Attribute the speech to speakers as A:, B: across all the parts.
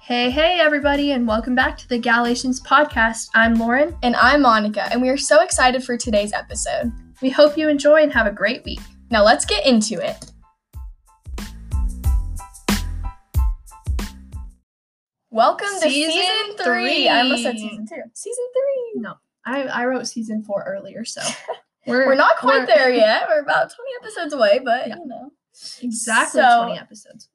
A: Hey, hey, everybody, and welcome back to the Galatians podcast. I'm Lauren.
B: And I'm Monica, and we are so excited for today's episode.
A: We hope you enjoy and have a great week.
B: Now let's get into it. Welcome to
A: Season
B: season, three.
A: three.
B: I almost said season two. Season three.
A: No, I, I wrote season four earlier, so we're,
B: We're not
A: we're-
B: quite there yet. We're about 20 episodes away, but
A: Yeah.
B: you know.
A: Exactly
B: So-
A: 20 episodes.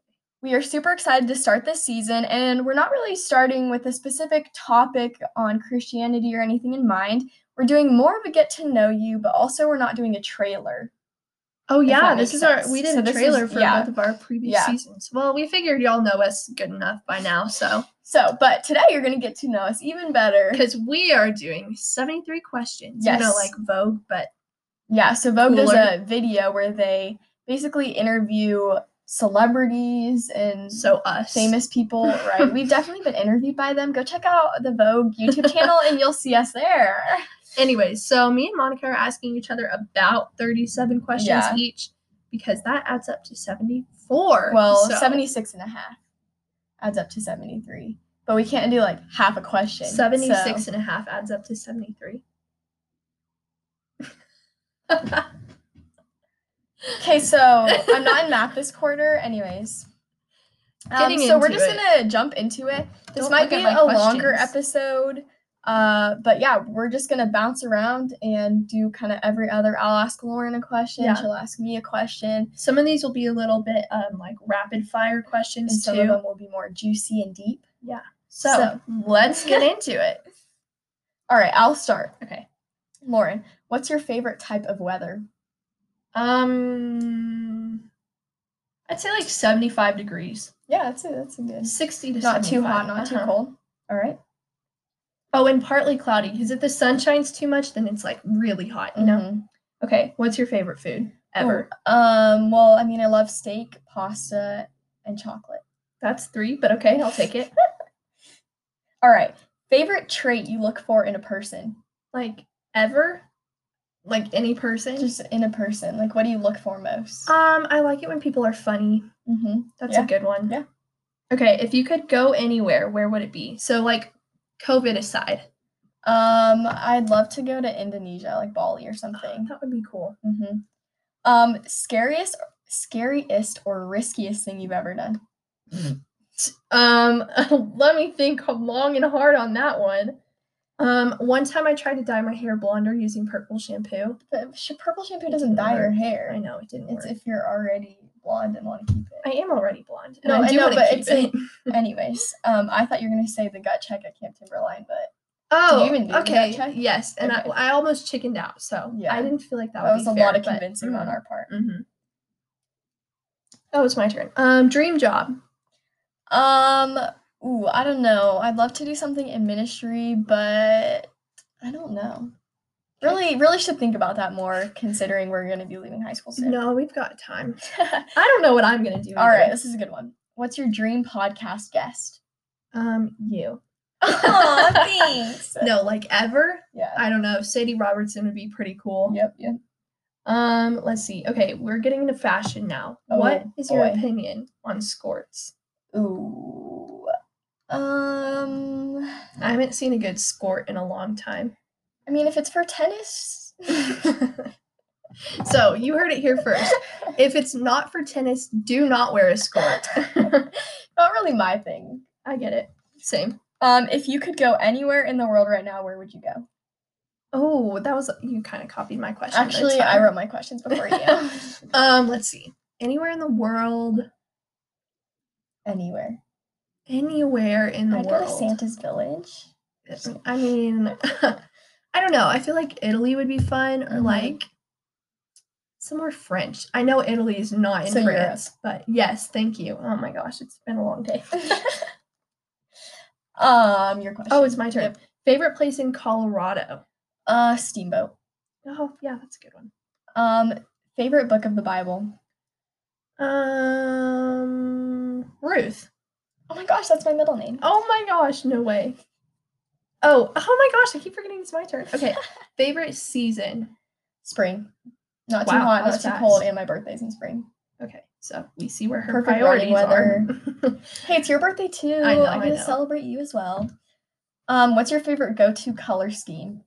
B: We are super excited to start this season, and we're not really starting with a specific topic on Christianity or anything in mind. We're doing more of a get to know you, but also we're not doing a trailer.
A: Oh,
B: If
A: yeah,
B: that
A: this
B: makes
A: is our,
B: sense.
A: we
B: So
A: did a
B: this
A: trailer
B: is-
A: for
B: yeah.
A: both of our previous
B: Yeah.
A: seasons. Well, we figured y'all know us good enough by now, so.
B: So, but today you're going to get to know us even better.
A: Because we are doing 73 questions. You know,
B: Yes.
A: like Vogue, but
B: Yeah, so Vogue
A: Cooler.
B: does a video where they basically interview celebrities and
A: so us.
B: famous people, right? We've definitely been interviewed by them. Go check out the Vogue YouTube channel and you'll see us there.
A: Anyways, so me and Monica are asking each other about 37 questions
B: Yeah.
A: each because that adds up to 74.
B: Well,
A: So-
B: 76 and a half adds up to 73. But we can't do like half a question. so-
A: 76 and a half adds up to 73.
B: Okay, so I'm not in math this quarter, anyways. Um,
A: Getting
B: so we're
A: into
B: just
A: it.
B: gonna jump into it. This
A: Don't
B: might
A: look
B: be
A: at
B: a
A: my
B: longer
A: questions.
B: episode, uh, but yeah, we're just gonna bounce around and do kind of every other. I'll ask Lauren a question.
A: Yeah.
B: She'll ask me a question.
A: Some of these will be a little bit um, like rapid fire
B: And
A: questions
B: some
A: too.
B: of them will be more juicy and deep.
A: so,
B: so-
A: let's get into it.
B: All right, I'll start.
A: Okay.
B: Lauren, what's your favorite type of weather?
A: Um, I'd say like 75 degrees,
B: Yeah, that's it. That's a good.
A: 60 to
B: Not too
A: 75.
B: hot, not too
A: Uh-huh.
B: cold. All right.
A: Oh, and partly cloudy because if the sun shines too much, then it's like really hot, you know?
B: Mhm.
A: Okay, what's your favorite food Mm-hmm, ever?
B: Ooh, um. Well, I mean, I love steak, pasta, and chocolate.
A: That's three, but okay, I'll take it.
B: All right. Favorite trait you look for in a person?
A: like ever, like any person.
B: Just in a person. Like, what do you look for most?
A: um, I like it when people are funny.
B: mm-hmm.
A: That's a
B: Yeah.
A: good one.
B: Yeah.
A: Okay, if you could go anywhere, where would it be? So like, COVID aside,
B: Um, I'd love to go to Indonesia, like Bali or something.
A: that would be cool.
B: Mm-hmm. Um, scariest, scariest or riskiest thing you've ever done?
A: Um, let me think long and hard on that one. Um, one time I tried to dye my hair blonder using purple shampoo.
B: But sh- purple shampoo
A: It
B: doesn't
A: didn't
B: dye your
A: work.
B: hair.
A: I know it didn't
B: It's
A: work.
B: if you're already blonde and want to keep
A: I
B: it.
A: am already blonde.
B: No, I
A: do
B: know,
A: wanna
B: but
A: keep
B: it's a- Anyways, um, I thought you were gonna say the gut check at Camp Timberline, but
A: Oh,
B: even do the gut
A: okay.
B: check?
A: Yes, and
B: Okay.
A: I, I almost chickened out, so I
B: Yeah.
A: didn't feel like that,
B: that,
A: would
B: was
A: be
B: a
A: fair,
B: lot of
A: but-
B: convincing on
A: mhm,
B: our part.
A: mhm. Oh, it's my turn. Um, dream job.
B: Um, ooh, I don't know. I'd love to do something in ministry, but I don't know.
A: Okay.
B: Really, really should think about that more, considering we're going to be leaving high school soon.
A: No, we've got time.
B: All
A: I don't know what I'm gonna do. either.
B: right, this is a good one. What's your dream podcast guest?
A: Um, you.
B: Aw, thanks.
A: No, like ever.
B: Yeah.
A: I don't know. Sadie Robertson would be pretty cool.
B: Yep. Yep.
A: Um, let's see. Okay, we're getting into fashion now. what
B: Oh,
A: is your
B: boy.
A: opinion on skirts?
B: Ooh. Um.
A: I haven't seen a good skirt in a long time.
B: I mean, if it's for tennis,
A: so you heard it here first. If it's not for tennis, do not wear a skirt.
B: not really my thing.
A: I get it. Same.
B: Um, if you could go anywhere in the world right now, where would you go?
A: Oh, that was you kind of copied my question. but it's
B: Actually, I
A: fine.
B: wrote my questions before you.
A: Um, let's see. Anywhere in the world,
B: Anywhere.
A: anywhere in the
B: I'd go to
A: world.
B: Santa's village.
A: I mean, I don't know. I feel like Italy would be fun, or
B: Mhm.
A: like somewhere French. I know Italy is not in
B: So Europe.
A: France, but yes, thank you. Oh my gosh, it's been a long day.
B: um, your question.
A: Oh, it's my turn.
B: Yep.
A: Favorite place in Colorado?
B: Uh, Steamboat.
A: Oh, yeah, that's a good one.
B: Um, favorite book of the Bible.
A: Um, Ruth.
B: Oh my gosh, that's my middle name.
A: Oh my gosh, no way. Oh, oh my gosh, I keep forgetting it's my turn. Okay, favorite season.
B: Spring. Not
A: Wow,
B: too hot,
A: that
B: not too
A: was
B: cold,
A: fast.
B: and my birthday's in spring.
A: Okay, So we see where her
B: Perfect running
A: priorities are.
B: Hey, it's your birthday too.
A: I know,
B: I'm
A: I
B: gonna
A: know.
B: celebrate you as well. Um, what's your favorite go-to color scheme?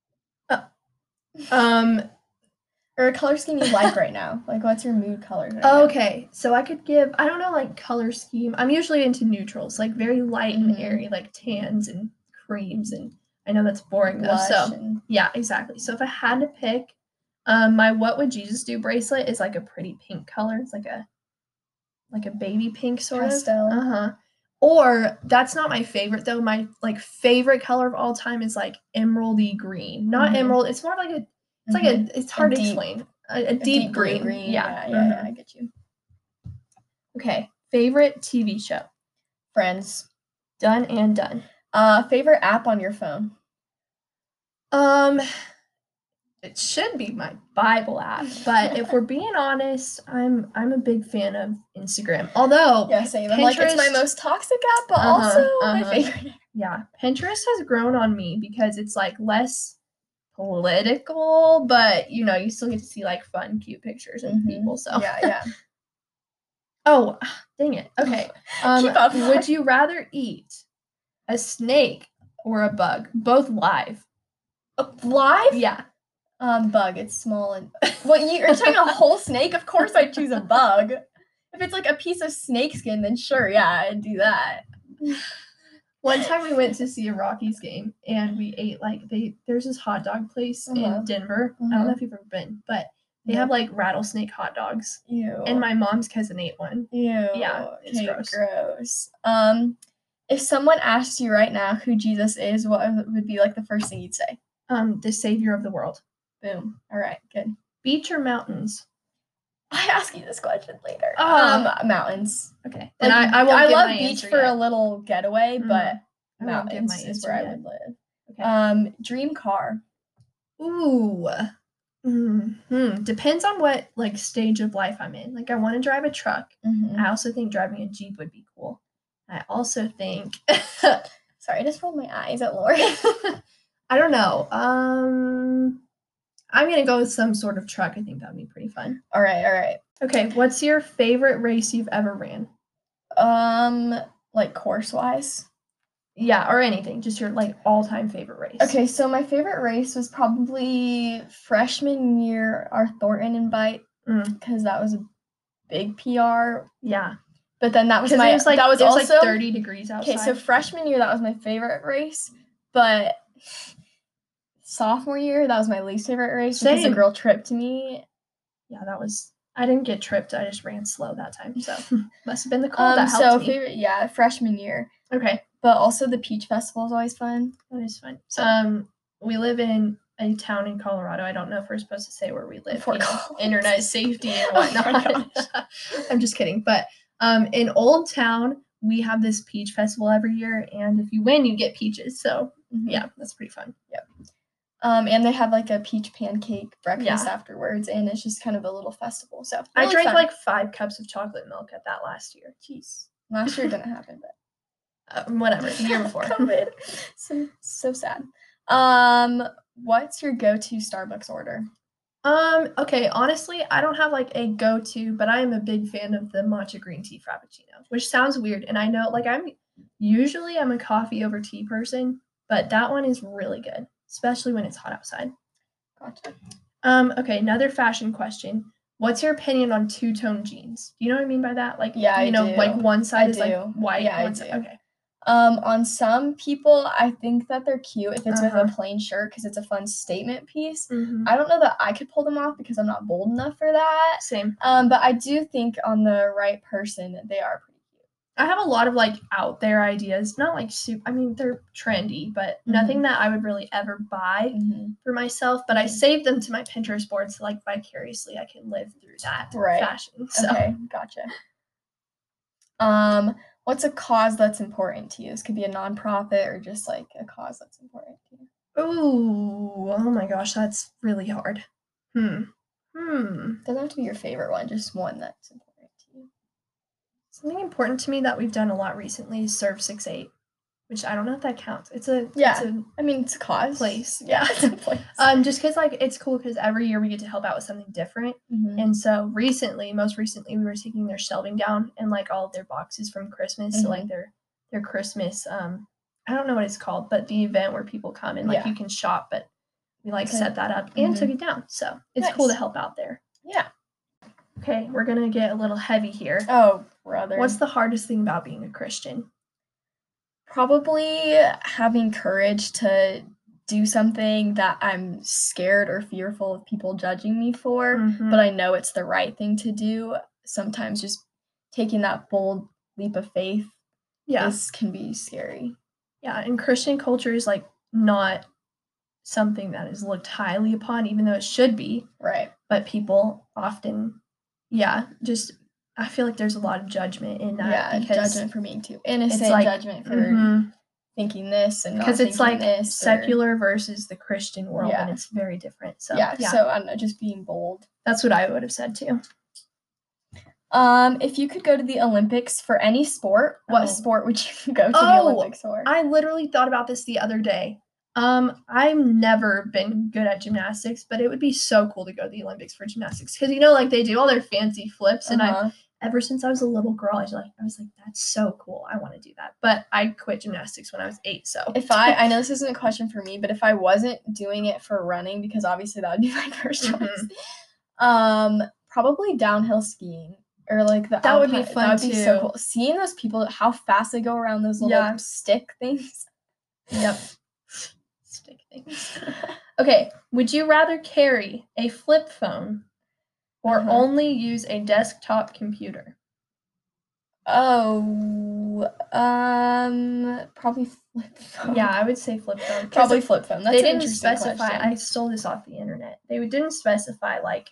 A: um,
B: Or a color scheme you like right now? Like what's your mood color? right now?
A: okay, so I could give I don't know like color scheme. I'm usually into neutrals, like very light and
B: Mhm.
A: airy, like tans and creams, and I know that's boring though.
B: Blush
A: So
B: and-
A: Yeah, exactly. So if I had to pick, um, my "What Would Jesus Do" bracelet is like a pretty pink color. It's like a like a baby pink sort
B: Pastel.
A: of. Uh huh. Or that's not my favorite though. My like favorite color of all time is like emeraldy green. Not
B: Mhm.
A: emerald. It's more like a. It's
B: Mhm.
A: like a. It's hard to
B: deep-
A: explain. A, a
B: Mm-hmm. A
A: deep,
B: blue
A: green.
B: Yeah, yeah,
A: mhm.
B: yeah, I get you.
A: Okay. Favorite TV show.
B: Friends.
A: Done and done.
B: Uh, favorite app on your phone?
A: Um, it should be my Bible app, but if we're being honest, I'm I'm a big fan of Instagram. Although,
B: Yeah, same. I'm like it's my
A: Pinterest.
B: most toxic app, but
A: Uh-huh,
B: also my
A: uh-huh.
B: favorite. app.
A: yeah, Pinterest has grown on me because it's like less political, but you know, you still get to see like fun, cute pictures of
B: Mhm.
A: people. So,
B: Yeah, yeah.
A: oh, dang it. Okay. Um,
B: Keep up.
A: would you rather eat a snake or a bug? Both live.
B: Live?
A: Yeah.
B: Um, bug. It's small and what you, you're talking a whole snake? Of course, I choose a bug. If it's like a piece of snake skin, then sure, yeah, I'd do that.
A: One time we went to see a Rockies game and we ate like they there's this hot dog place
B: Uh-huh.
A: in Denver. I don't know
B: Mhm.
A: if you've ever been, but they have like rattlesnake hot dogs.
B: you
A: And my mom's cousin ate one.
B: ew.
A: yeah, it's
B: okay,
A: gross.
B: Um, if someone asked you right now who Jesus is, what would be like the first thing you'd say?
A: Um, the savior of the world.
B: Boom. All right, good.
A: Beach or mountains?
B: I ask you this question later.
A: Oh.
B: Um, mountains.
A: Okay.
B: Like,
A: And I, I won't give
B: love
A: my
B: beach
A: answer
B: for
A: yet.
B: a little getaway,
A: Mm,
B: but
A: I won't give
B: mountains
A: my
B: is
A: answer
B: where I
A: yet.
B: would live.
A: Okay.
B: Um, dream car.
A: Ooh. hmm Depends on what like stage of life I'm in. Like I want to drive a truck.
B: Mhm.
A: I also think driving a Jeep would be cool. I also think
B: Sorry, I just rolled my eyes at Laura.
A: I don't know. Um, I'm gonna go with some sort of truck. I think that'd be pretty fun.
B: all right, all right.
A: Okay, what's your favorite race you've ever ran?
B: Um, like course wise.
A: Yeah, or anything. Just your like all-time favorite race.
B: Okay, so my favorite race was probably freshman year, our Thornton invite,
A: Mm.
B: because that was a big PR.
A: Yeah,
B: But then that was
A: because
B: my
A: it was like
B: that was
A: it was
B: also
A: like 30 degrees outside.
B: okay. So freshman year, that was my favorite race, but sophomore year, that was my least favorite race because a
A: Same.
B: girl tripped me.
A: yeah, that was. I didn't get tripped. I just ran slow that time. So must have been the cold
B: Um,
A: Oh, that
B: so
A: helped me.
B: favorite, yeah, freshman year,
A: Okay,
B: but also the Peach Festival is always fun.
A: that is fun. So, um, we live in a town in Colorado. I don't know if we're supposed to say where we live.
B: Fort
A: you know,
B: Collins.
A: internet safety and
B: Oh my
A: whatnot. I'm just kidding. But um, in Old Town, we have this peach festival every year, and if you win, you get peaches. So
B: Mhm.
A: yeah, that's pretty fun.
B: Um, and they have like a peach pancake breakfast
A: Yeah.
B: afterwards, and it's just kind of a little festival. So
A: I
B: really
A: drank
B: fun.
A: like five cups of chocolate milk at that last year.
B: jeez, last year didn't happen, but
A: Um, whatever, the year before.
B: COVID. so so sad. Um, what's your go-to Starbucks order?
A: um, okay, honestly, I don't have like a go-to, but I am a big fan of the matcha green tea frappuccino, which sounds weird, and I know like I'm usually I'm a coffee over tea person, but that one is really good, especially when it's hot outside.
B: Gotcha.
A: Um, okay, another fashion question. What's your opinion on two-tone jeans? Do you know what I mean by that? Like,
B: Yeah, I
A: you know, like
B: do.
A: one side
B: I
A: is
B: do.
A: like white.
B: Yeah, I
A: one side-
B: do.
A: Okay.
B: Um, on some people, I think that they're cute if it's with
A: Uh-huh.
B: a plain shirt because it's a fun statement piece.
A: Mm-hmm.
B: I don't know that I could pull them off because I'm not bold enough for that.
A: Same.
B: Um, but I do think on the right person, they are pretty cute.
A: I have a lot of like out there ideas. Not like soup. I mean, they're trendy, but
B: Mm-hmm.
A: nothing that I would really ever buy for myself. But I
B: Mhm.
A: save them to my Pinterest board, so like vicariously, I can live through that
B: Right.
A: fashion. So,
B: Okay, gotcha. Um, what's a cause that's important to you? This could be a nonprofit or just like a cause that's important to you.
A: ooh, oh my gosh, that's really hard. Hmm. Hmm.
B: Doesn't have to be your favorite one, just one that's important to you.
A: Something important to me that we've done a lot recently is serve six eight. which I don't know if that counts. It's a
B: Yeah.
A: It's a,
B: I mean, it's a cause.
A: Place.
B: Yeah, it's a place.
A: um, just because like it's cool because every year we get to help out with something different.
B: Mhm.
A: And so recently, most recently, we were taking their shelving down and like all of their boxes from Christmas to
B: Mm-hmm.
A: like their their Christmas. Um, I don't know what it's called, but the event where people come and like
B: Yeah.
A: you can shop, but we like
B: Okay. Mm-hmm.
A: set that up and took it down. So it's cool to
B: Nice.
A: help out there.
B: Yeah.
A: Okay, we're gonna get a little heavy here.
B: Oh, brother.
A: What's the hardest thing about being a Christian?
B: probably having courage to do something that I'm scared or fearful of people judging me for,
A: Mhm.
B: but I know it's the right thing to do. Sometimes just taking that bold leap of faith
A: yeah,
B: is, can be scary.
A: yeah, and Christian culture is like not something that is looked highly upon, even though it should be.
B: Right.
A: but people often yeah just i feel like there's a lot of judgment in that
B: yeah,
A: because
B: judgment for being too innocent,
A: like,
B: judgment for
A: Mhm.
B: thinking this and not
A: because it's
B: thinking
A: like
B: this or-
A: secular versus the christian world
B: Yeah.
A: and it's very different so
B: yeah, so I don't know, just being bold.
A: that's what i would have said too
B: Um, if you could go to the Olympics for any sport,
A: Oh.
B: what sport would you go to
A: Oh,
B: the Olympics for?
A: i literally thought about this the other day um i've never been good at gymnastics but it would be so cool to go to the olympics for gymnastics because you know like they do all their fancy flips and i
B: Uh-huh.
A: ever since I was a little girl, I was like, I was like, that's so cool. I want to do that. But I quit gymnastics when I was eight. So
B: if I I know this isn't a question for me, but if I wasn't doing it for running, because obviously that would be my 1st
A: Mm-hmm.
B: choice. Um, probably downhill skiing or like the
A: That would be
B: alpine-
A: fun
B: That would be so
A: too.
B: cool. Seeing those people how fast they go around those little
A: Yeah.
B: stick things.
A: yep, stick things. Okay, would you rather carry a flip phone or
B: Uh-huh.
A: only use a desktop computer?
B: Oh, um, probably flip phone.
A: Yeah, I would say flip phone. 'cause
B: probably flip phone. That's
A: they
B: an
A: didn't
B: interesting
A: specify.
B: question.
A: I stole this off the internet. They didn't specify like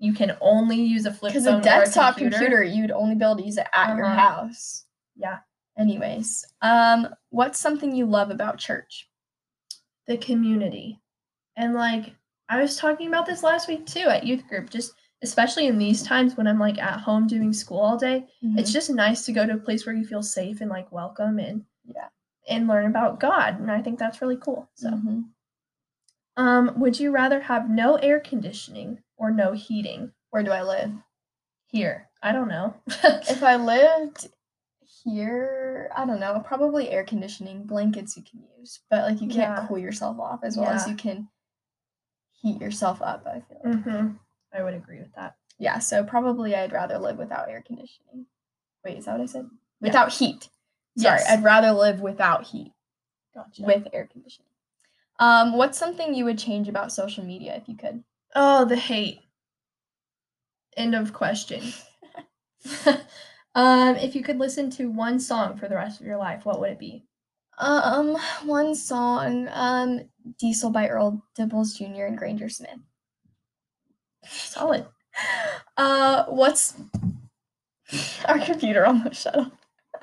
A: you can only use a flip
B: because
A: phone
B: a
A: or
B: desktop
A: computer.
B: computer. you'd only be able to use it at your
A: Uh-huh.
B: house
A: Yeah.
B: anyways um what's something you love about church
A: the community. And like I was talking about this last week too at youth group, just especially in these times when I'm like at home doing school all day, it's just nice to go to a place where you feel safe and like welcome and
B: Yeah.
A: and learn about God. And I think that's really cool. So,
B: Mhm.
A: um would you rather have no air conditioning or no heating
B: where do i live
A: here? I don't know.
B: if i lived here i don't know probably air conditioning blankets you can use but like you can't
A: Yeah.
B: cool yourself off as well as
A: Yeah.
B: you can heat yourself up i feel like.
A: Mhm. I would agree with that.
B: yeah so probably i'd rather live without air conditioning wait is that what i said
A: Yeah.
B: without heat sorry
A: Yes.
B: i'd rather live without heat
A: Gotcha.
B: with air conditioning. Um, what's something you would change about social media if you could?
A: oh, the hate. End of question. um, if you could listen to one song for the rest of your life, what would it be?
B: Um, one song, um, Diesel by Earl Dibbles Jr. and Granger Smith.
A: Solid.
B: Uh, what's our computer almost shut off?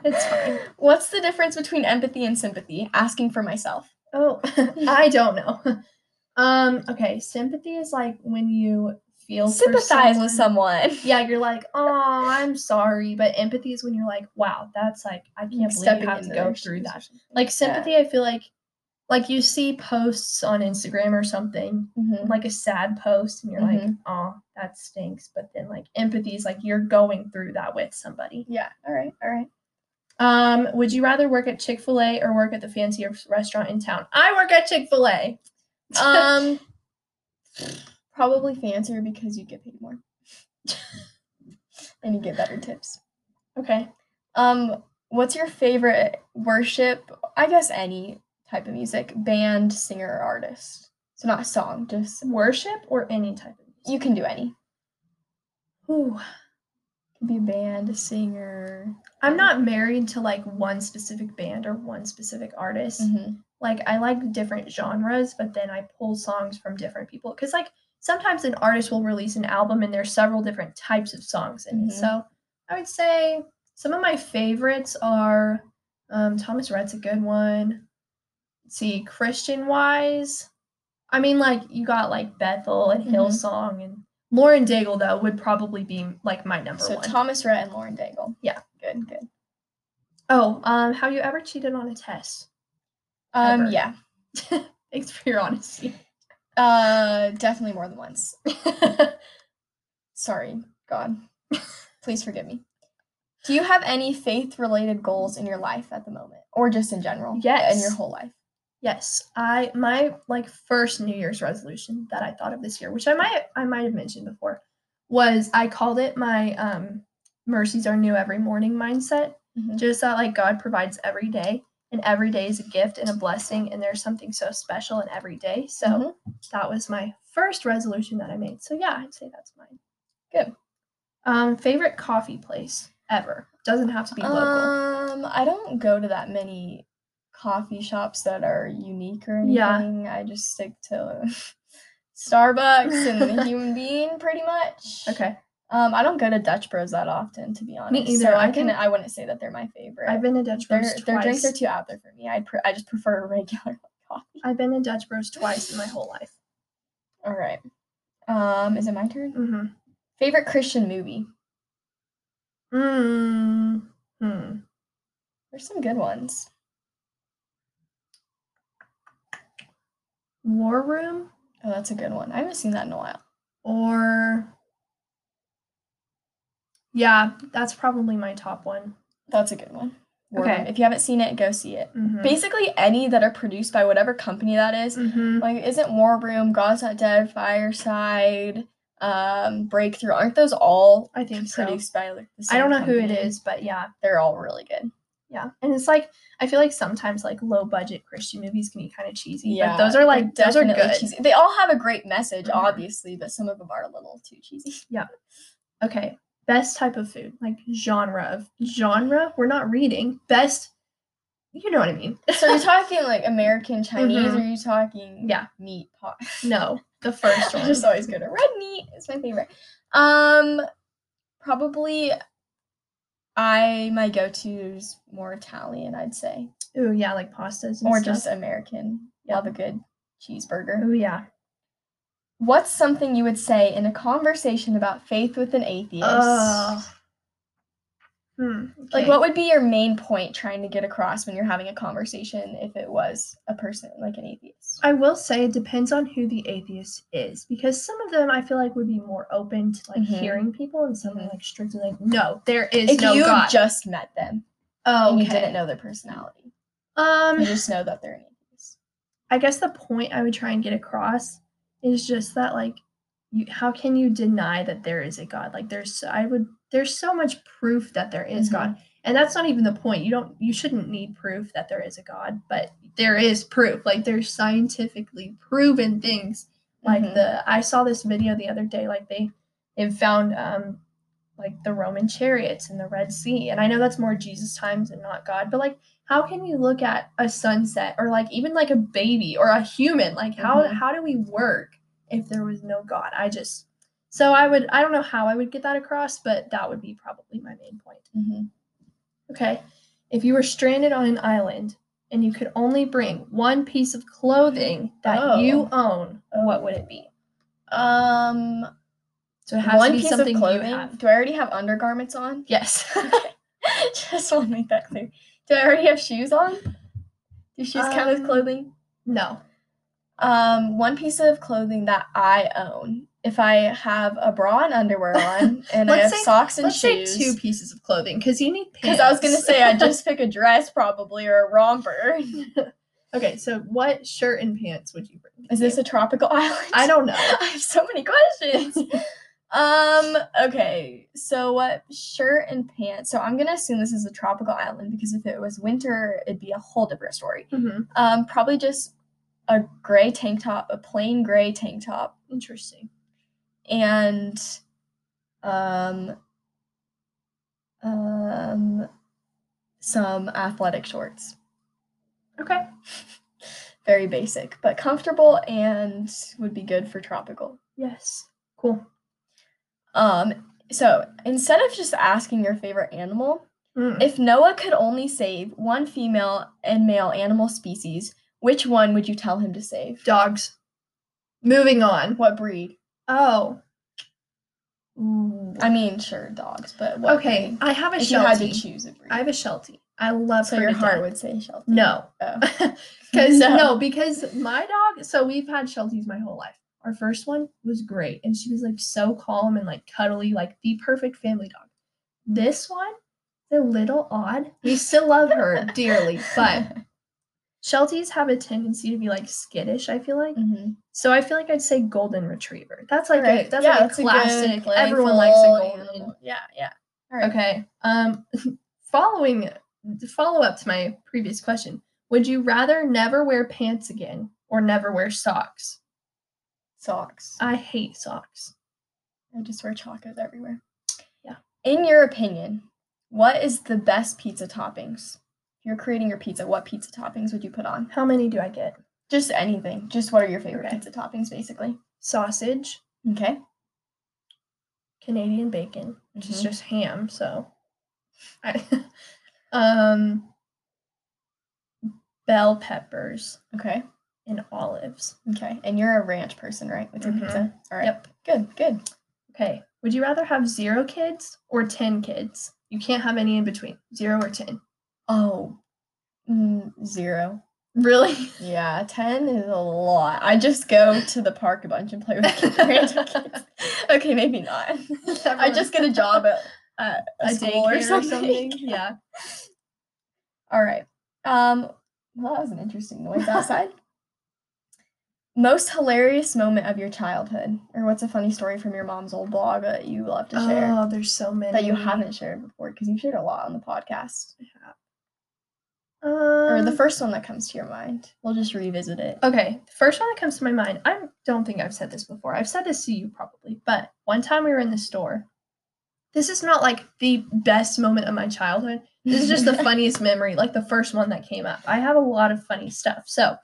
A: It's fine.
B: What's the difference between empathy and sympathy? Asking for myself.
A: Oh, I don't know. Um, okay, sympathy is like when you feel for
B: Sympathize with
A: someone.
B: someone.
A: Yeah, you're like, oh, I'm sorry, but empathy is when you're like, wow, that's like, I can't believe
B: Stepping
A: you have to
B: into
A: go
B: their
A: through
B: shoes or
A: that.
B: something.
A: Like sympathy, I feel like, like you see posts on Instagram or something,
B: Mhm.
A: like a sad post and you're like, oh, that stinks. But then like empathy is like you're going through that with somebody.
B: Yeah. All right. All right.
A: Um, would you rather work at Chick-fil-A or work at the fanciest restaurant in town? I work at Chick-fil-A.
B: Um, probably fancier because you get paid more, and you get better tips.
A: Okay.
B: Um, what's your favorite worship? I guess any type of music, band, singer, or artist. So not song, just
A: Worship or any type of music?
B: you can do any.
A: Ooh,
B: It could be a band, a singer.
A: I'm not married to like one specific band or one specific artist.
B: Mhm.
A: Like I like different genres, but then I pull songs from different people because like sometimes an artist will release an album and there's several different types of songs in it.
B: Mhm.
A: So I would say some of my favorites are um, Thomas Rhett's a good one. Let's see Christian wise, I mean like you got like Bethel and
B: Mhm.
A: Hillsong and Lauren Daigle though would probably be like my number
B: So
A: one.
B: Thomas Rhett and Lauren Daigle.
A: Yeah.
B: Good. Good.
A: Oh, um, have you ever cheated on a test?
B: Um,
A: Ever.
B: yeah,
A: Thanks for your honesty.
B: uh, definitely more than once. Sorry, God, please forgive me. Do you have any faith-related goals in your life at the moment, or just in general? in your
A: Yes.
B: whole life.
A: Yes, I my like first New Year's resolution that I thought of this year, which I might I might have mentioned before, was I called it my um mercies are new every morning mindset.
B: Mhm.
A: Just that like God provides every day and every day is a gift and a blessing and there's something so special in every day. So
B: Mhm.
A: that was my first resolution that I made. So yeah, I'd say that's mine.
B: Good.
A: Um favorite coffee place ever. Doesn't have to be local.
B: Um, I don't go to that many coffee shops that are unique or
A: Yeah.
B: anything. I just stick to Starbucks and the Human Being pretty much.
A: Okay.
B: Um, I don't go to Dutch Bros that often, to be honest.
A: either.
B: So I
A: I've
B: can
A: been-
B: I wouldn't say that they're my favorite.
A: I've been to Dutch
B: their,
A: Bros
B: their
A: twice.
B: drinks are too out there for me. I pre- I just prefer regular coffee.
A: I've been to Dutch Bros twice in my whole life.
B: All right. Um, is it my turn?
A: Mm-hmm.
B: Favorite Christian movie?
A: Mm. Hmm.
B: There's some good ones.
A: War Room
B: Oh, that's a good one. I haven't seen that in a while.
A: or yeah, that's probably my top one.
B: That's a good one. War
A: Okay.
B: Room. If you haven't seen it, go see it.
A: Mhm.
B: Basically, any that are produced by whatever company that is.
A: Mhm.
B: Like, isn't War Room, God's Not Dead, Fireside, um, Breakthrough? Aren't those all
A: I think so.
B: produced by like,
A: I
B: the same
A: don't know who it
B: company?
A: is, but yeah,
B: They're all really good.
A: yeah. And it's like I feel like sometimes like low budget Christian movies can be kind of cheesy.
B: Yeah,
A: Yeah, but those are
B: they're
A: like those are
B: definitely
A: good.
B: cheesy. They all have a great message,
A: Mhm.
B: obviously, but some of them are a little too cheesy.
A: Okay, best type of food, like genre of genre. We're not reading best. You know what I mean?
B: So you're talking like American Chinese, or you talking
A: Mm-hmm. Yeah.
B: meat pot?
A: No, the first
B: I
A: one.
B: just always go to red meat. It's my favorite. Um, probably I my go to is more Italian, I'd say,
A: Ooh, yeah, like pastas and
B: or
A: stuff.
B: just American. Love a good cheeseburger.
A: Ooh, Oh, yeah.
B: What's something you would say in a conversation about faith with an atheist?
A: Ugh. Uh, Hmm.
B: Like,
A: okay.
B: what would be your main point trying to get across when you're having a conversation if it was a person like an atheist?
A: I will say it depends on who the atheist is because some of them I feel like would be more open to like
B: Mhm.
A: hearing people and some are
B: Mhm.
A: like strictly like no there is
B: If
A: no
B: you
A: god.
B: just met them
A: oh,
B: and
A: okay.
B: you didn't know their personality, you
A: Um,
B: just know that they're an atheist.
A: I guess the point I would try and get across is just that like you how can you deny that there is a god? Like there's I would there's so much proof that there is
B: Mhm.
A: god. And that's not even the point. You don't you shouldn't need proof that there is a god, but there is proof. Like there's scientifically proven things like
B: Mhm.
A: the i saw this video the other day like they they found um like the roman chariots in the red sea and i know that's more jesus times and not god but like how can you look at a sunset or like even like a baby or a human like how
B: Mhm.
A: how do we work if there was no god i just so i would i don't know how i would get that across but that would be probably my main point
B: Mhm.
A: Okay. If you were stranded on an island and you could only bring one piece of clothing that you own, what would it be?
B: Um,
A: So it has
B: one
A: to be
B: piece
A: something
B: of
A: you
B: clothing.
A: have.
B: Do I already have undergarments on?
A: Yes.
B: Just want to make that clear. Do I already have shoes on? Do shoes count as
A: Um,
B: clothing?
A: no.
B: Um, one piece of clothing that I own. If I have a bra and underwear on, and I have
A: Let's say-
B: socks and
A: Let's
B: shoes,
A: say two pieces of clothing because you need pants.
B: because I was gonna say I just pick a dress probably or a romper.
A: okay, so what shirt and pants would you bring?
B: Is this a tropical island?
A: I don't know.
B: I have so many questions. um, okay. So what shirt and pants? So I'm gonna assume this is a tropical island because if it was winter, it'd be a whole different story.
A: hmm
B: Um, probably just a gray tank top, a plain gray tank top,
A: Interesting.
B: and um um some athletic shorts.
A: Okay.
B: Very basic, but comfortable and would be good for tropical.
A: Yes. Cool.
B: Um, so instead of just asking your favorite animal,
A: Mm.
B: if Noah could only save one female and male animal species, which one would you tell him to save?
A: Dogs. Moving on.
B: What breed?
A: Oh.
B: I mean, sure, dogs, but what
A: Okay,
B: breed?
A: I have a
B: If you had
A: Sheltie.
B: to choose a breed,
A: I have a Sheltie. I love
B: so
A: her
B: your
A: to
B: heart
A: death.
B: would say Sheltie.
A: No,
B: Oh.
A: because
B: No.
A: no. because my dog. So we've had Shelties my whole life. Our first one was great, and she was like so calm and like cuddly, like the perfect family dog. This one, the little odd. We still love her dearly, but Shelties have a tendency to be like skittish. I feel like
B: Mhm.
A: so. I feel like I'd say golden retriever. That's like a,
B: Right.
A: that's
B: yeah,
A: like a
B: that's
A: classic.
B: A good,
A: Everyone likes a
B: playful
A: golden.
B: animal. Yeah, yeah. All right.
A: Okay. Um, following the follow up to my previous question, would you rather never wear pants again or never wear socks?
B: Socks.
A: I hate socks.
B: I just wear chacos everywhere.
A: Yeah.
B: In your opinion, what is the best pizza toppings? If you're creating your pizza, what pizza toppings would you put on?
A: How many do I get?
B: Just anything. Just what are your favorite
A: Okay.
B: pizza toppings, basically?
A: Sausage,
B: Okay.
A: Canadian bacon, which is
B: Mhm.
A: just ham. So, I, um, bell peppers
B: Okay.
A: and olives.
B: Okay. And you're a ranch person, right? With your
A: Mhm.
B: pizza. All right.
A: Yep.
B: Good. Good.
A: Okay. Would you rather have zero kids or 10 kids? You can't have any in between, zero or 10.
B: Oh. Mm, zero.
A: Really?
B: Yeah, ten is a lot. I just go to the park a bunch and play with kids, random kids. Okay, maybe not. I
A: Everyone-
B: just get a job at, at a,
A: a
B: school or
A: daycare
B: something.
A: Yeah.
B: All right. Um, well, that was an interesting noise outside. Most hilarious moment of your childhood, or what's a funny story from your mom's old blog that you love to share
A: Oh, there's so many
B: that you haven't shared before? Because you've shared a lot on the podcast.
A: Um,
B: or the first one that comes to your mind. We'll just revisit it.
A: okay, the first one that comes to my mind. I don't think I've said this before. I've said this to you probably, but one time we were in the store. This is not like the best moment of my childhood. This is just the funniest memory, like the first one that came up. I have a lot of funny stuff. So,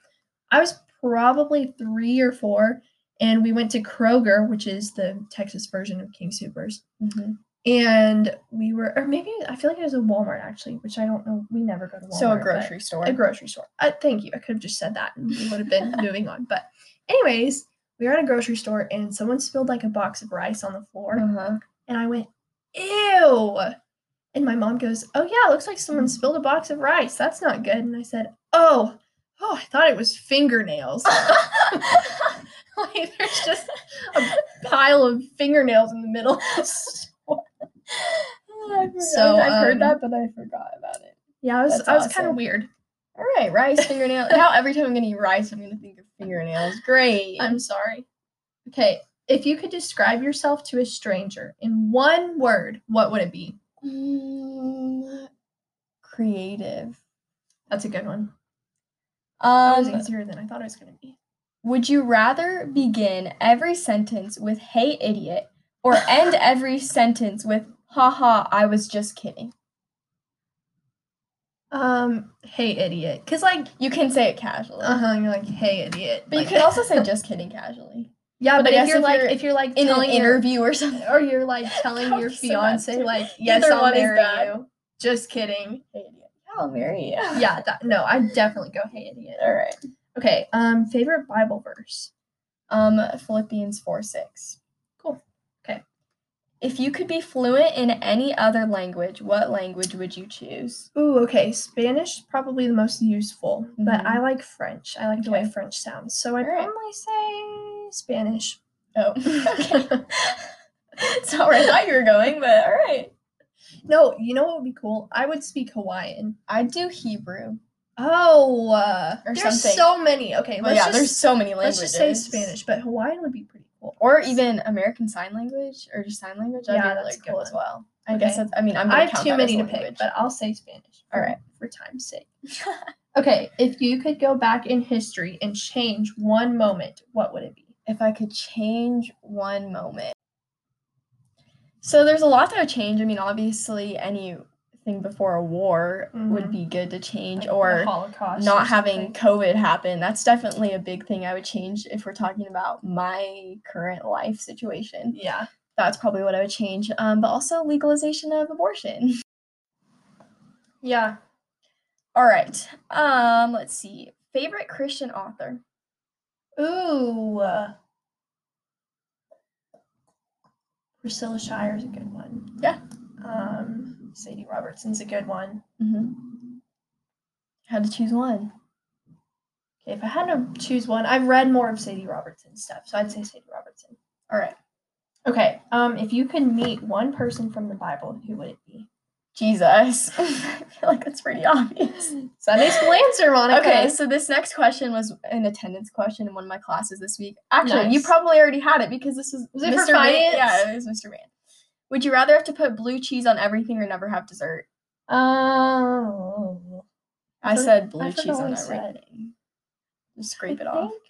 A: I was probably three or four, and we went to Kroger, which is the Texas version of King Supers.
B: Mhm.
A: and we were or maybe i feel like it was a walmart actually which i don't know we never go to walmart
B: So a
A: but
B: grocery store.
A: a grocery store uh, thank you i could have just said that and we would have been moving on but anyways we were at a grocery store and someone spilled like a box of rice on the floor
B: uh-huh.
A: and i went ew and my mom goes oh yeah it looks like
B: Mm.
A: someone spilled a box of rice that's not good and i said oh oh i thought it was fingernails like there's just a pile of fingernails in the middle of the store.
B: Oh, I forgot-
A: So,
B: I've heard
A: um,
B: that, but I forgot about it.
A: yeah i was
B: That's
A: i was kind
B: awesome.
A: of weird
B: All right, rice fingernail. now every time I'm gonna eat rice, I'm gonna think of fingernails. Great.
A: I'm sorry. Okay, if you could describe yourself to a stranger in one word, what would it be?
B: Mm, creative.
A: That's a good one. That was
B: Um,
A: easier than I thought it was going to be.
B: would you rather begin every sentence with "Hey, idiot," or end every sentence with "Ha ha, I was just kidding"?
A: Um, hey idiot, because like,
B: You can say it casually,
A: uh huh, you're like, hey idiot,
B: but you
A: like-
B: can also say "just kidding" casually
A: yeah,
B: but
A: but
B: I
A: if
B: guess
A: you're
B: if
A: like,
B: you're
A: if you're like
B: in an
A: telling your-
B: interview or something.
A: or you're like telling
B: That
A: your
B: would be so bad
A: fiance,
B: too.
A: like, yes,
B: Either
A: I'll
B: one is
A: marry
B: bad.
A: you. Just kidding.
B: Hey, idiot. Yeah, I'll marry you.
A: Yeah, that, no, I definitely go, hey idiot.
B: All right.
A: Okay, um, favorite Bible verse.
B: Um, Philippians 4 6.
A: Cool. Okay.
B: If you could be fluent in any other language, what language would you choose?
A: Ooh, okay. Spanish is probably the most useful,
B: Mhm.
A: but I like French. I like the way
B: Okay.
A: French sounds. So I'd
B: All right.
A: probably say Spanish.
B: Oh, okay. it's not where I thought you were going, but all right.
A: No, you know what would be cool? I would speak Hawaiian.
B: I'd do Hebrew.
A: Oh, uh,
B: Or
A: there's
B: something.
A: so many. Okay,
B: But
A: let's,
B: yeah,
A: just,
B: there's so many
A: let's
B: languages.
A: just say Spanish, but Hawaiian would be pretty cool.
B: Or even American Sign Language or just sign language. That'd
A: Yeah,
B: be
A: that's
B: really
A: a good
B: cool as
A: one.
B: well. I guess
A: Okay.
B: that's, I mean, I'm gonna
A: I have
B: count
A: too
B: that as
A: many to
B: a
A: pick,
B: language.
A: but I'll say Spanish.
B: All
A: for-
B: right.
A: For time's sake. okay, if you could go back in history and change one moment, what would it be?
B: if I could change one moment. So there's a lot that would change. I mean, obviously, anything before a war would
A: Mhm.
B: be good to change,
A: Like the
B: or
A: Holocaust. or
B: not having
A: something.
B: COVID happen. That's definitely a big thing I would change if we're talking about my current life situation.
A: Yeah.
B: That's probably what I would change. Um, but also legalization of abortion.
A: Yeah.
B: All right. Um, let's see. Favorite Christian author?
A: Ooh. Priscilla Shire is a good one.
B: Yeah.
A: Um, Sadie Robertson's a good one.
B: Mm-hmm. Had to choose one.
A: Okay, if I had to choose one, I've read more of Sadie Robertson's stuff, so I'd say Sadie Robertson.
B: All right.
A: Okay. Um, if you could meet one person from the Bible, who would it be?
B: Jesus. I feel like that's pretty obvious.
A: Sunday school answer, Monica.
B: Okay, so this next question was an attendance question in one of my classes this week. Actually, you
A: Nice.
B: probably already had it because this was,
A: Was it for
B: Van-
A: finance?
B: Yeah, it was Mr. Van. Would you rather have to put blue cheese on everything or never have dessert?
A: Oh.
B: I
A: For-
B: said blue
A: I
B: cheese
A: forgot
B: on
A: what I said.
B: everything. Just scrape
A: I
B: it off.
A: think-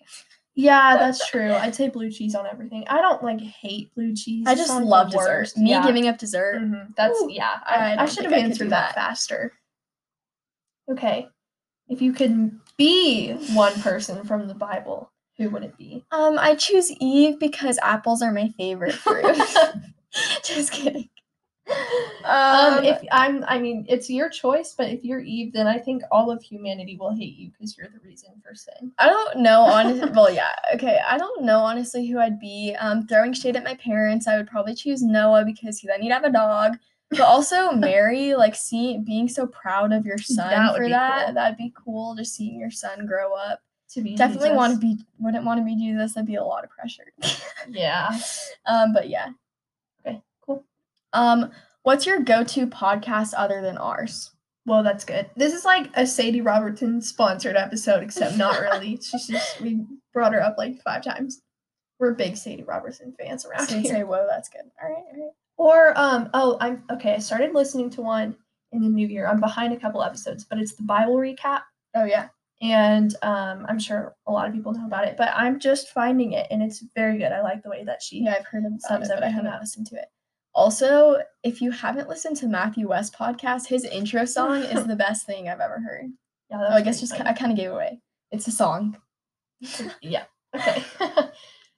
A: Yeah, that's true. I'd say blue cheese on everything. I don't like hate blue cheese.
B: I
A: It's
B: just
A: not, like, the
B: love dessert.
A: worst.
B: Me
A: Yeah.
B: giving up dessert.
A: Mhm, That's
B: Ooh,
A: yeah.
B: I
A: I, I,
B: don't
A: should
B: think
A: have
B: I could do
A: answered that.
B: that.
A: faster. Okay, if you could be one person from the Bible, who would it be?
B: Um, I choose Eve because apples are my favorite fruit. Just kidding.
A: Um,
B: Um,
A: if I'm, I mean, it's your choice, but if you're Eve, then I think all of humanity will hate you because you're the reason for sin.
B: I don't know honestly. well, yeah. Okay, I don't know honestly who I'd be. Um, throwing shade at my parents, I would probably choose Noah because he then he'd have a dog. But also Mary, like seeing being so proud of your son
A: That would
B: for
A: be
B: that,
A: cool. Mm,
B: that'd be cool. Just seeing your son grow up.
A: To be
B: Definitely want to
A: Jesus.
B: be wouldn't want to be Jesus. That'd be a lot of pressure.
A: Yeah.
B: um, but yeah.
A: Okay. Cool.
B: Um, what's your go-to podcast other than ours?
A: Well, that's good. This is like a Sadie Robertson sponsored episode, except not really. She's just we brought her up like five times. We're big Sadie Robertson fans around
B: So you'd
A: here.
B: say, whoa, that's good. All right, all right.
A: Or um oh I'm okay, I started listening to one in the new year. I'm behind a couple episodes, but it's the Bible recap
B: Oh yeah.
A: and um I'm sure a lot of people know about it, but I'm just finding it and it's very good. I like the way that she
B: Yeah, I've heard of some,
A: Sums
B: but I
A: everything
B: haven't
A: up.
B: listened to it. Also, if you haven't listened to Matthew West podcast, his intro song is the best thing I've ever heard.
A: Yeah,
B: Oh,
A: that
B: I
A: was
B: guess
A: pretty
B: just ki-
A: funny.
B: I kind of gave it away. It's a song.
A: Yeah. Okay.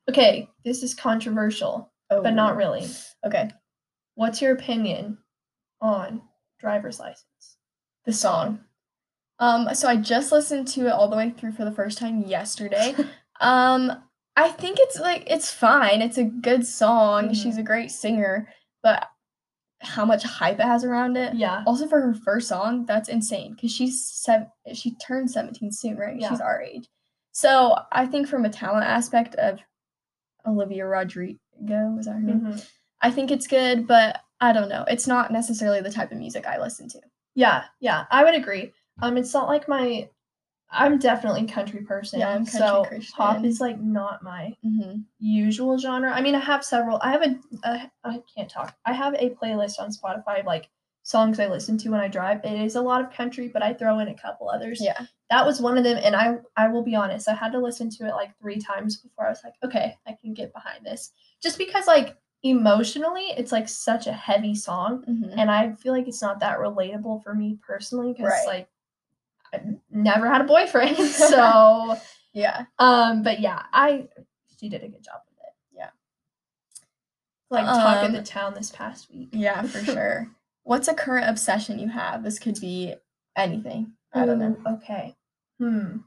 A: okay, this is controversial,
B: Oh,
A: but not really.
B: Okay,
A: What's your opinion on driver's license?
B: the song. Um, so I just listened to it all the way through for the first time yesterday. um, I think it's like it's fine. It's a good song.
A: Mm-hmm.
B: She's a great singer, but how much hype it has around it.
A: Yeah.
B: Also, for her first song, that's insane because she's seven. She turned seventeen soon, right?
A: Yeah.
B: She's our age. So I think from a talent aspect of Olivia Rodrigo, is that her name?
A: Mhm.
B: I think it's good, but I don't know. It's not necessarily the type of music I listen to.
A: Yeah, yeah. I would agree. Um it's not like my I'm definitely a country person.
B: Yeah, I'm country
A: so pop
B: Christian.
A: is like not my
B: Mm-hmm.
A: usual genre. I mean, I have several. I have a, a I can't talk. I have a playlist on Spotify of, like songs I listen to when I drive. It is a lot of country, but I throw in a couple others.
B: Yeah.
A: That was one of them and I I will be honest, I had to listen to it like 3 times before I was like, okay, I can get behind this. Just because like emotionally, it's like such a heavy song
B: Mm-hmm.
A: and I feel like it's not that relatable for me personally cuz
B: Right.
A: like I've never had a boyfriend. So,
B: Yeah.
A: um, but yeah, I she did a good job with it.
B: Yeah.
A: Like talking to
B: Um,
A: town this past week.
B: Yeah, for sure. What's a current obsession you have? This could be anything. I don't know.
A: Ooh, Okay. Hmm.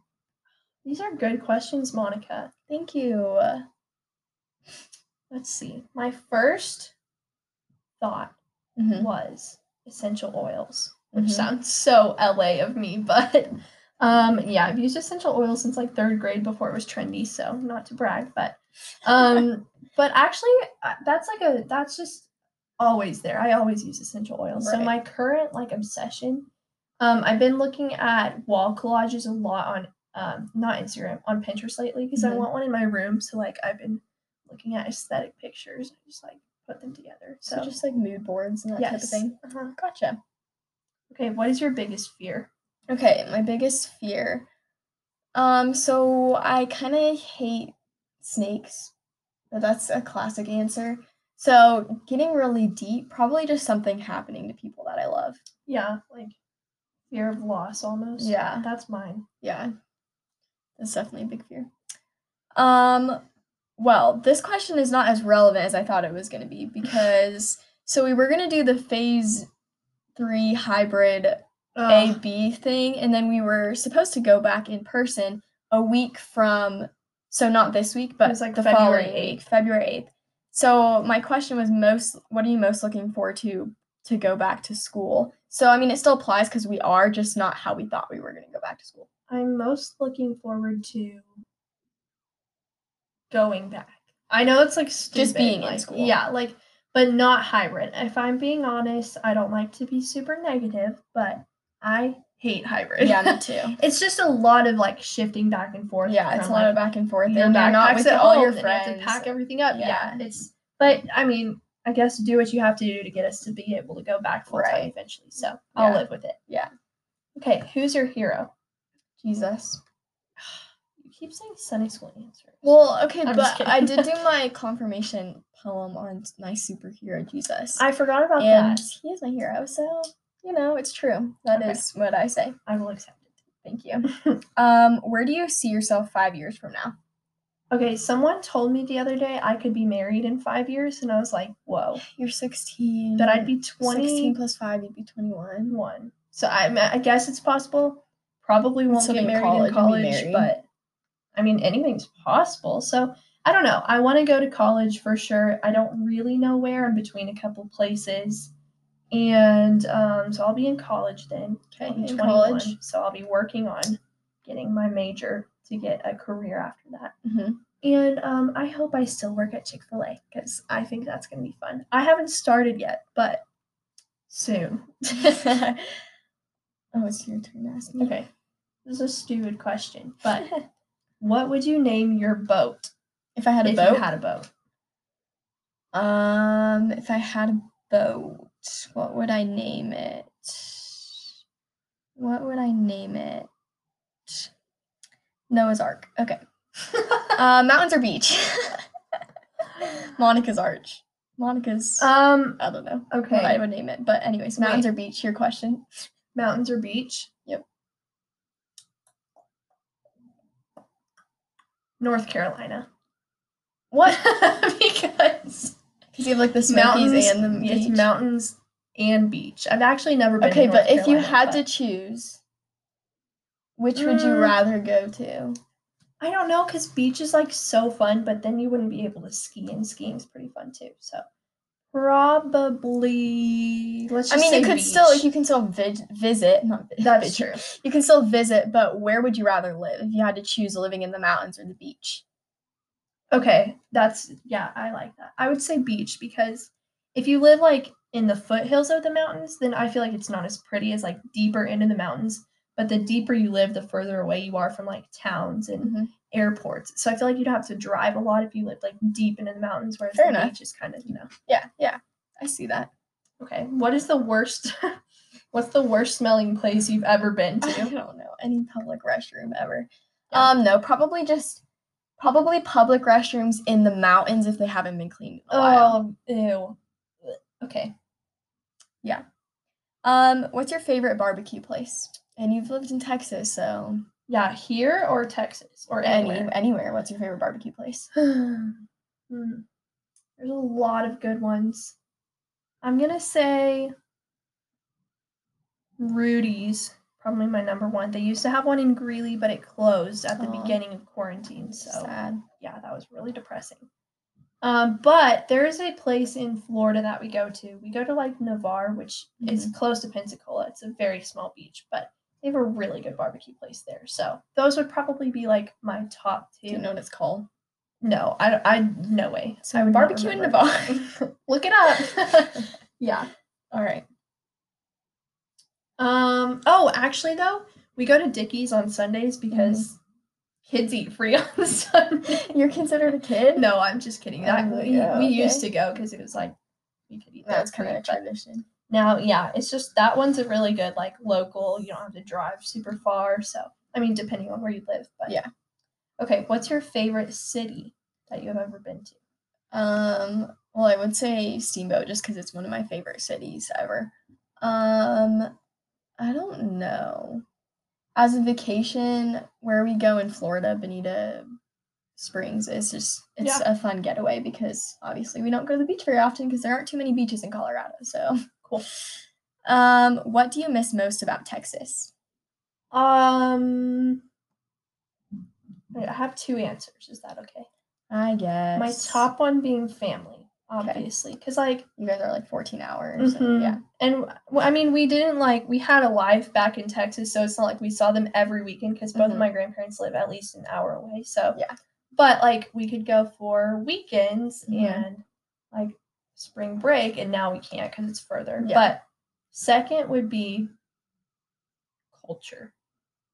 A: These are good questions, Monica.
B: Thank you.
A: Let's see. My first thought
B: Mhm.
A: was essential oils, which
B: Mhm.
A: sounds so LA of me, but um yeah, I've used essential oils since like 3rd grade before it was trendy, so not to brag, but um but actually uh, that's like a that's just always there. I always use essential oils. So
B: Right.
A: my current like obsession um I've been looking at wall collages a lot on um not Instagram, on Pinterest lately because I
B: Mhm.
A: want one in my room, so like I've been looking at aesthetic pictures, I just like put them together.
B: So, just like mood boards and that type of
A: Yes.
B: thing.
A: Uh-huh.
B: Gotcha.
A: Okay, what is your biggest fear?
B: Okay, my biggest fear. Um, so I kind of hate snakes. but That's a classic answer. So getting really deep, probably just something happening to people that I love.
A: Yeah, like fear of loss almost.
B: Yeah.
A: That's mine.
B: Yeah, that's definitely a big fear. Um, well, this question is not as relevant as I thought it was going to be because so we were going to do the phase three hybrid A
A: Um,
B: B thing, and then we were supposed to go back in person a week from so not this week, but
A: was, like,
B: the
A: February
B: following week, February eighth. So my question was most what are you most looking forward to to go back to school? So I mean it still applies because we are just not how we thought we were going to go back to school.
A: I'm most looking forward to going back. I know it's like stupid,
B: being in
A: like,
B: school.
A: Yeah, like but not hybrid. If I'm being honest, I don't like to be super negative, but I hate hybrid.
B: Yeah, me too.
A: it's just a lot of like shifting back and forth.
B: yeah, it's a
A: from,
B: lot
A: like,
B: of back and forth.
A: your
B: and you're not
A: backpacks
B: with
A: at
B: all
A: home,
B: your
A: then you have to
B: friends.
A: pack everything up.
B: Yeah.
A: Yeah. it's but I mean, I guess do what you have to do to get us to be able to go back full time
B: Right.
A: eventually. So I'll
B: Yeah.
A: live with it.
B: Yeah.
A: Okay, who's your hero?
B: Jesus.
A: You keep saying Sunday school answer.
B: Well, okay,
A: I'm just
B: but I
A: kidding.
B: did do my confirmation poem on my superhero Jesus.
A: I forgot about
B: and
A: that.
B: he is my hero, so you know, it's true. That is
A: Okay.
B: what I say.
A: I will accept it.
B: Thank you. um, where do you see yourself five years from now?
A: Okay, someone told me the other day I could be married in five years, and I was like, whoa.
B: You're 16.
A: But I'd
B: be
A: be
B: 16
A: 21.
B: plus 5, you'd be 21.
A: So I, mean, I guess it's possible. Probably won't
B: still
A: get
B: be in
A: married in
B: college
A: college,
B: and be married.
A: but I mean, anything's possible. So I don't know. I want to go to college for sure. I don't really know where. I'm between a couple places. And um, so I'll be in college then.
B: Okay,
A: I'll be
B: in
A: 21,
B: college.
A: So I'll be working on getting my major to get a career after that.
B: Mm-hmm.
A: And um, I hope I still work at Chick fil A because I think that's going to be fun. I haven't started yet, but soon.
B: oh, it's your turn to ask me.
A: Okay. This is a stupid question, but what would you name your boat
B: If I had a
A: if
B: boat,
A: you had a boat?
B: um, if I had a boat, what would I name it? What would I name it? Noah's Ark. Okay. Uh, mountains or beach? Monica's Arch. Monica's.
A: um,
B: I don't know.
A: okay.
B: what I would name it. But anyways, mountains or beach, your question.
A: Mountains or beach?
B: Yep.
A: North Carolina.
B: What?
A: because
B: Because you have like the Smokies
A: mountains
B: and the
A: it's
B: beach.
A: mountains and beach. I've actually never been. to
B: okay,
A: North
B: but if you
A: Carolina,
B: had
A: but-
B: to choose, which would you
A: Mm.
B: rather go to?
A: I don't know, cause beach is like so fun, but then you wouldn't be able to ski, and skiing's pretty fun too. So probably let's.
B: I
A: Just
B: mean,
A: say
B: you could still
A: beach.
B: you can still vid- visit, not vi-
A: That's
B: visit.
A: true.
B: You can still visit, but where would you rather live if you had to choose living in the mountains or the beach?
A: Okay, that's yeah, I like that. I would say beach because if you live like in the foothills of the mountains, then I feel like it's not as pretty as like deeper into the mountains. But the deeper you live, the further away you are from like towns and
B: Mhm.
A: airports. So I feel like you'd have to drive a lot if you lived like deep into the mountains, whereas
B: Fair
A: the
B: enough.
A: beach is kind of you know.
B: Yeah, yeah, I see that.
A: Okay, what is the worst? what's the worst smelling place you've ever been
B: I don't
A: to?
B: know any public restroom ever.
A: Yeah.
B: Um, no, probably just probably public restrooms in the mountains if they haven't been cleaned in a while.
A: oh, ew. Okay,
B: Um, what's your favorite barbecue place? And you've lived in Texas, so
A: yeah, here or Texas or
B: any
A: anywhere.
B: anywhere. What's your favorite barbecue place?
A: Hmm. There's a lot of good ones. I'm gonna say Rudy's, probably my number one. They used to have one in Greeley, but it closed at the
B: Aw.
A: beginning of quarantine. So
B: Sad.
A: yeah, that was really depressing. Um, but there is a place in Florida that we go to. We go to like Navarre, which is
B: Mm-hmm.
A: close to Pensacola. It's a very small beach, but they have a really good barbecue place there. So those would probably be like my top two.
B: Do you know what it's called?
A: No, I, don't- I no way.
B: So
A: I would not
B: barbecue in
A: remember.
B: Navarre.
A: Look it up. yeah.
B: All right.
A: Um. Oh, actually, though, we go to Dickie's on Sundays because
B: Mm-hmm.
A: kids eat free on Sunday.
B: You're considered a kid?
A: No, I'm just kidding. That
B: Oh,
A: we,
B: yeah,
A: we used
B: okay.
A: to go because it was like we could eat.
B: That's
A: there
B: kind of a
A: free, but
B: tradition.
A: Now, yeah, it's just that one's a really good like local. You don't have to drive super far. So I mean, depending on where you live, but
B: Yeah.
A: Okay, what's your favorite city that you have ever been to?
B: Um, well, I would say Steamboat just because it's one of my favorite cities ever. Um, I don't know. As a vacation, where we go in Florida, Bonita Springs is just it's a fun getaway because obviously we don't go to the beach very often because there aren't too many beaches in Colorado. So
A: Cool.
B: Um, what do you miss most about Texas?
A: Um, wait, I have two answers. Is that okay?
B: I guess
A: My top one being family. obviously, because like,
B: You guys are like 14 hours. and-
A: Mhm.
B: yeah.
A: and well, I mean, we didn't like we had a life back in Texas, so it's not like we saw them every weekend because both
B: Mhm.
A: of my grandparents live at least an hour away. So
B: Yeah.
A: but like we could go for weekends
B: Mhm.
A: and like spring break, and now we can't because it's further.
B: Yeah.
A: But second would be culture,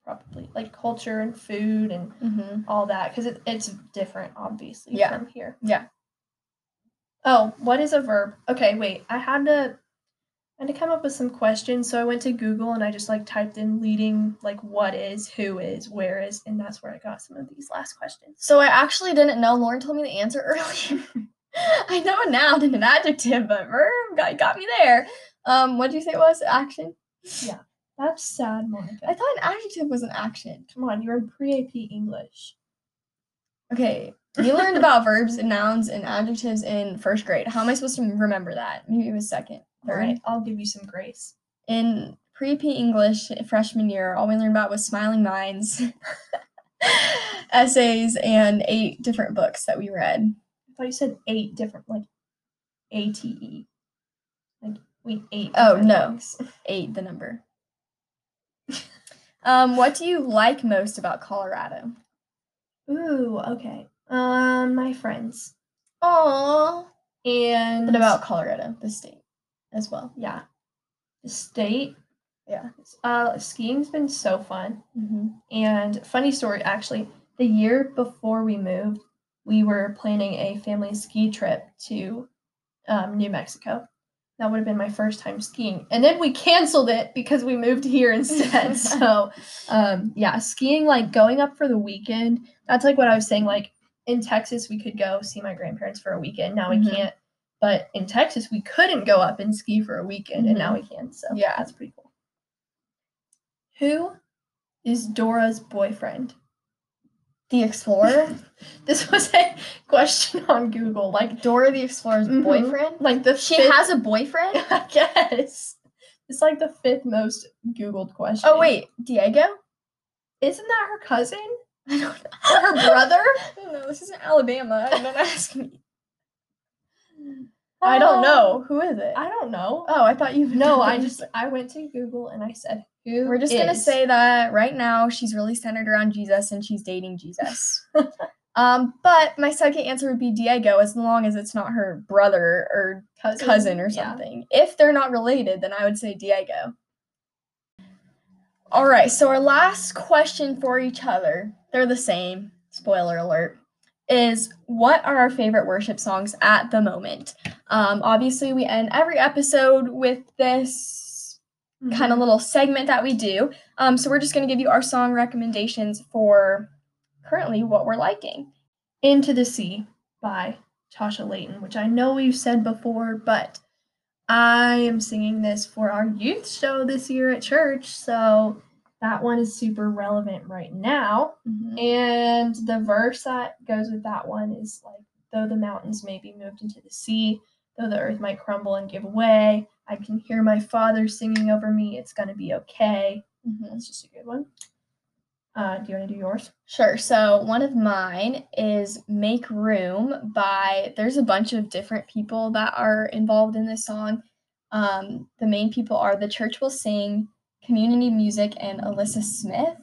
A: probably like culture and food and
B: Mm-hmm.
A: all that because it, it's different obviously
B: Yeah.
A: from here
B: Yeah.
A: oh what is a verb okay wait i had to I had to come up with some questions so i went to google and i just like typed in leading like what is who is where is and that's where i got some of these last questions
B: So I actually didn't know. Lauren told me the answer earlier. I know a noun and an adjective, but verb got, got me there. Um, what did you say it was? Action?
A: that's sad
B: I
A: monica
B: thought an adjective was an action.
A: come on you're in pre-ap english
B: Okay. You learned about verbs and nouns and adjectives in first grade. How am I supposed to remember that? Maybe it was second,
A: all
B: third.
A: right i'll give you some grace
B: in pre P English freshman year, all we learned about was smiling minds, essays, and eight different books that we read.
A: i thought you said eight different like ate like we ate
B: Oh,
A: different
B: no.
A: things.
B: Eight, the number. um, what do you like most about Colorado?
A: Ooh, okay. Um, my friends
B: Aww.
A: and
B: And about Colorado, the state, as well.
A: yeah, the state.
B: Yeah.
A: Uh, skiing's been so fun.
B: Mm-hmm.
A: And funny story, actually, the year before we moved, we were planning a family ski trip to um, New Mexico. That would have been my first time skiing, and then we canceled it because we moved here instead. so, um, yeah, skiing like going up for the weekend. That's like what I was saying. Like in Texas, we could go see my grandparents for a weekend. Now we
B: Mhm.
A: can't. But in Texas, we couldn't go up and ski for a weekend, and now we can. So
B: Yeah.
A: that's pretty cool. Who is Dora's boyfriend?
B: The Explorer?
A: This was a question on Google. Like,
B: Dora the Explorer's
A: Mhm.
B: boyfriend?
A: like the
B: Mm-hmm. She
A: fifth-
B: has a boyfriend?
A: I guess it's like the fifth most Googled question.
B: Oh, wait, Diego?
A: isn't that her cousin?
B: I don't know.
A: Or her brother?
B: No, this isn't Alabama. Don't ask me.
A: I
B: Oh.
A: don't know.
B: Who is it?
A: I don't know. Uh,
B: oh, I thought you
A: No, I just I went to Google and I said who.
B: We're just gonna
A: is-
B: say that right now she's really centered around Jesus and she's dating Jesus. um, but my second answer would be Diego, as long as it's not her brother or
A: cousin,
B: cousin or
A: Yeah.
B: something. If they're not related, then I would say Diego. All right, so our last question for each other, they're the same, spoiler alert, is what are our favorite worship songs at the moment? Um, obviously, we end every episode with this
A: Mhm.
B: kind of little segment that we do. Um, so we're just going to give you our song recommendations for currently what we're liking.
A: Into the Sea by Tasha Layton, which I know we've said before, but I am singing this for our youth show this year at church. So that one is super relevant right now. And the verse that goes with that one is like, though the mountains may be moved into the sea, though the earth might crumble and give way, I can hear my father singing over me. It's going to be okay.
B: Mhm.
A: That's just a good one. Uh, do you want to do yours?
B: Sure. So one of mine is Make Room by there's a bunch of different people that are involved in this song. Um, the main people are The Church Will Sing, Community Music, and Alyssa Smith.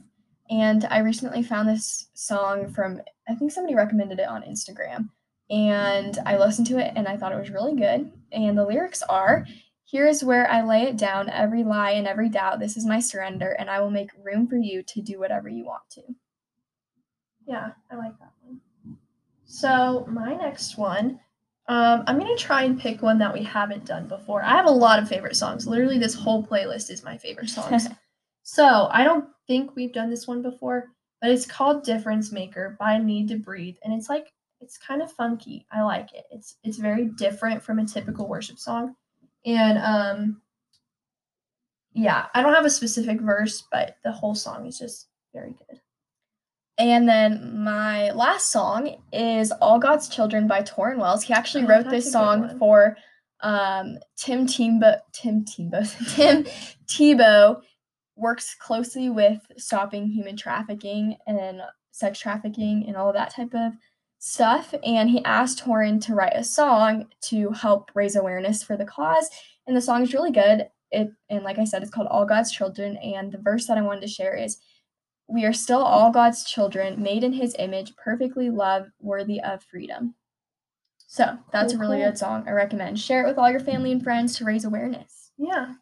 B: And I recently found this song from, I think somebody recommended it on Instagram. And I listened to it and I thought it was really good. And the lyrics are Here is where I lay it down, every lie and every doubt. This is my surrender, and I will make room for you to do whatever you want to.
A: Yeah, I like that one. So my next one, um, I'm gonna try and pick one that we haven't done before. I have a lot of favorite songs. Literally, this whole playlist is my favorite songs. so I don't think we've done this one before, but it's called "Difference Maker" by Need to Breathe, and it's like it's kind of funky. I like it. It's it's very different from a typical worship song, and um, yeah, I don't have a specific verse, but the whole song is just very good.
B: And then my last song is All God's Children by Torrin Wells. He actually
A: Oh,
B: wrote
A: that's a
B: this
A: good
B: song
A: one.
B: for um, Tim Tebow. Tim Tebow. Tim Tebow works closely with stopping human trafficking and sex trafficking and all that type of stuff and he asked Horan to write a song to help raise awareness for the cause and the song is really good it and like I said it's called All God's Children and the verse that I wanted to share is we are still all God's children made in his image perfectly loved worthy of freedom so that's
A: Cool,
B: a really
A: cool.
B: good song I recommend share it with all your family and friends to raise awareness
A: Yeah.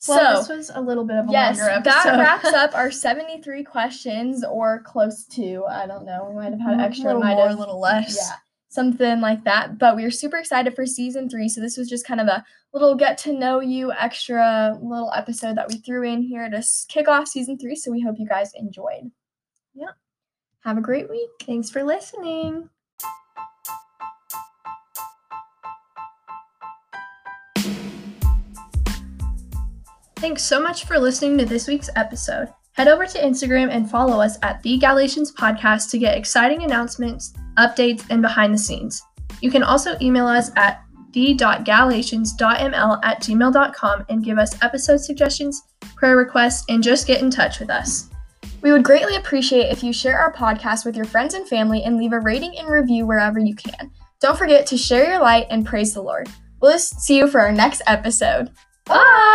B: so
A: Well, this was a little bit of a
B: Yes,
A: longer episode.
B: that wraps up our 73 questions or close to. I don't know. We might have had
A: Mm,
B: extra,
A: A little
B: might
A: more, a
B: have-
A: little less.
B: yeah, something like that. But we are super excited for season three. So this was just kind of a little get to know you extra little episode that we threw in here to s- kick off season three. So we hope you guys enjoyed.
A: Yeah.
B: Have a great week.
A: Thanks for listening. Thanks so much for listening to this week's episode. Head over to Instagram and follow us at The Galatians Podcast to get exciting announcements, updates, and behind the scenes. You can also email us at the.galatians.ml at gmail.com and give us episode suggestions, prayer requests, and just get in touch with us.
B: We would greatly appreciate if you share our podcast with your friends and family and leave a rating and review wherever you can. Don't forget to share your light and praise the Lord. We'll see you for our next episode. Bye!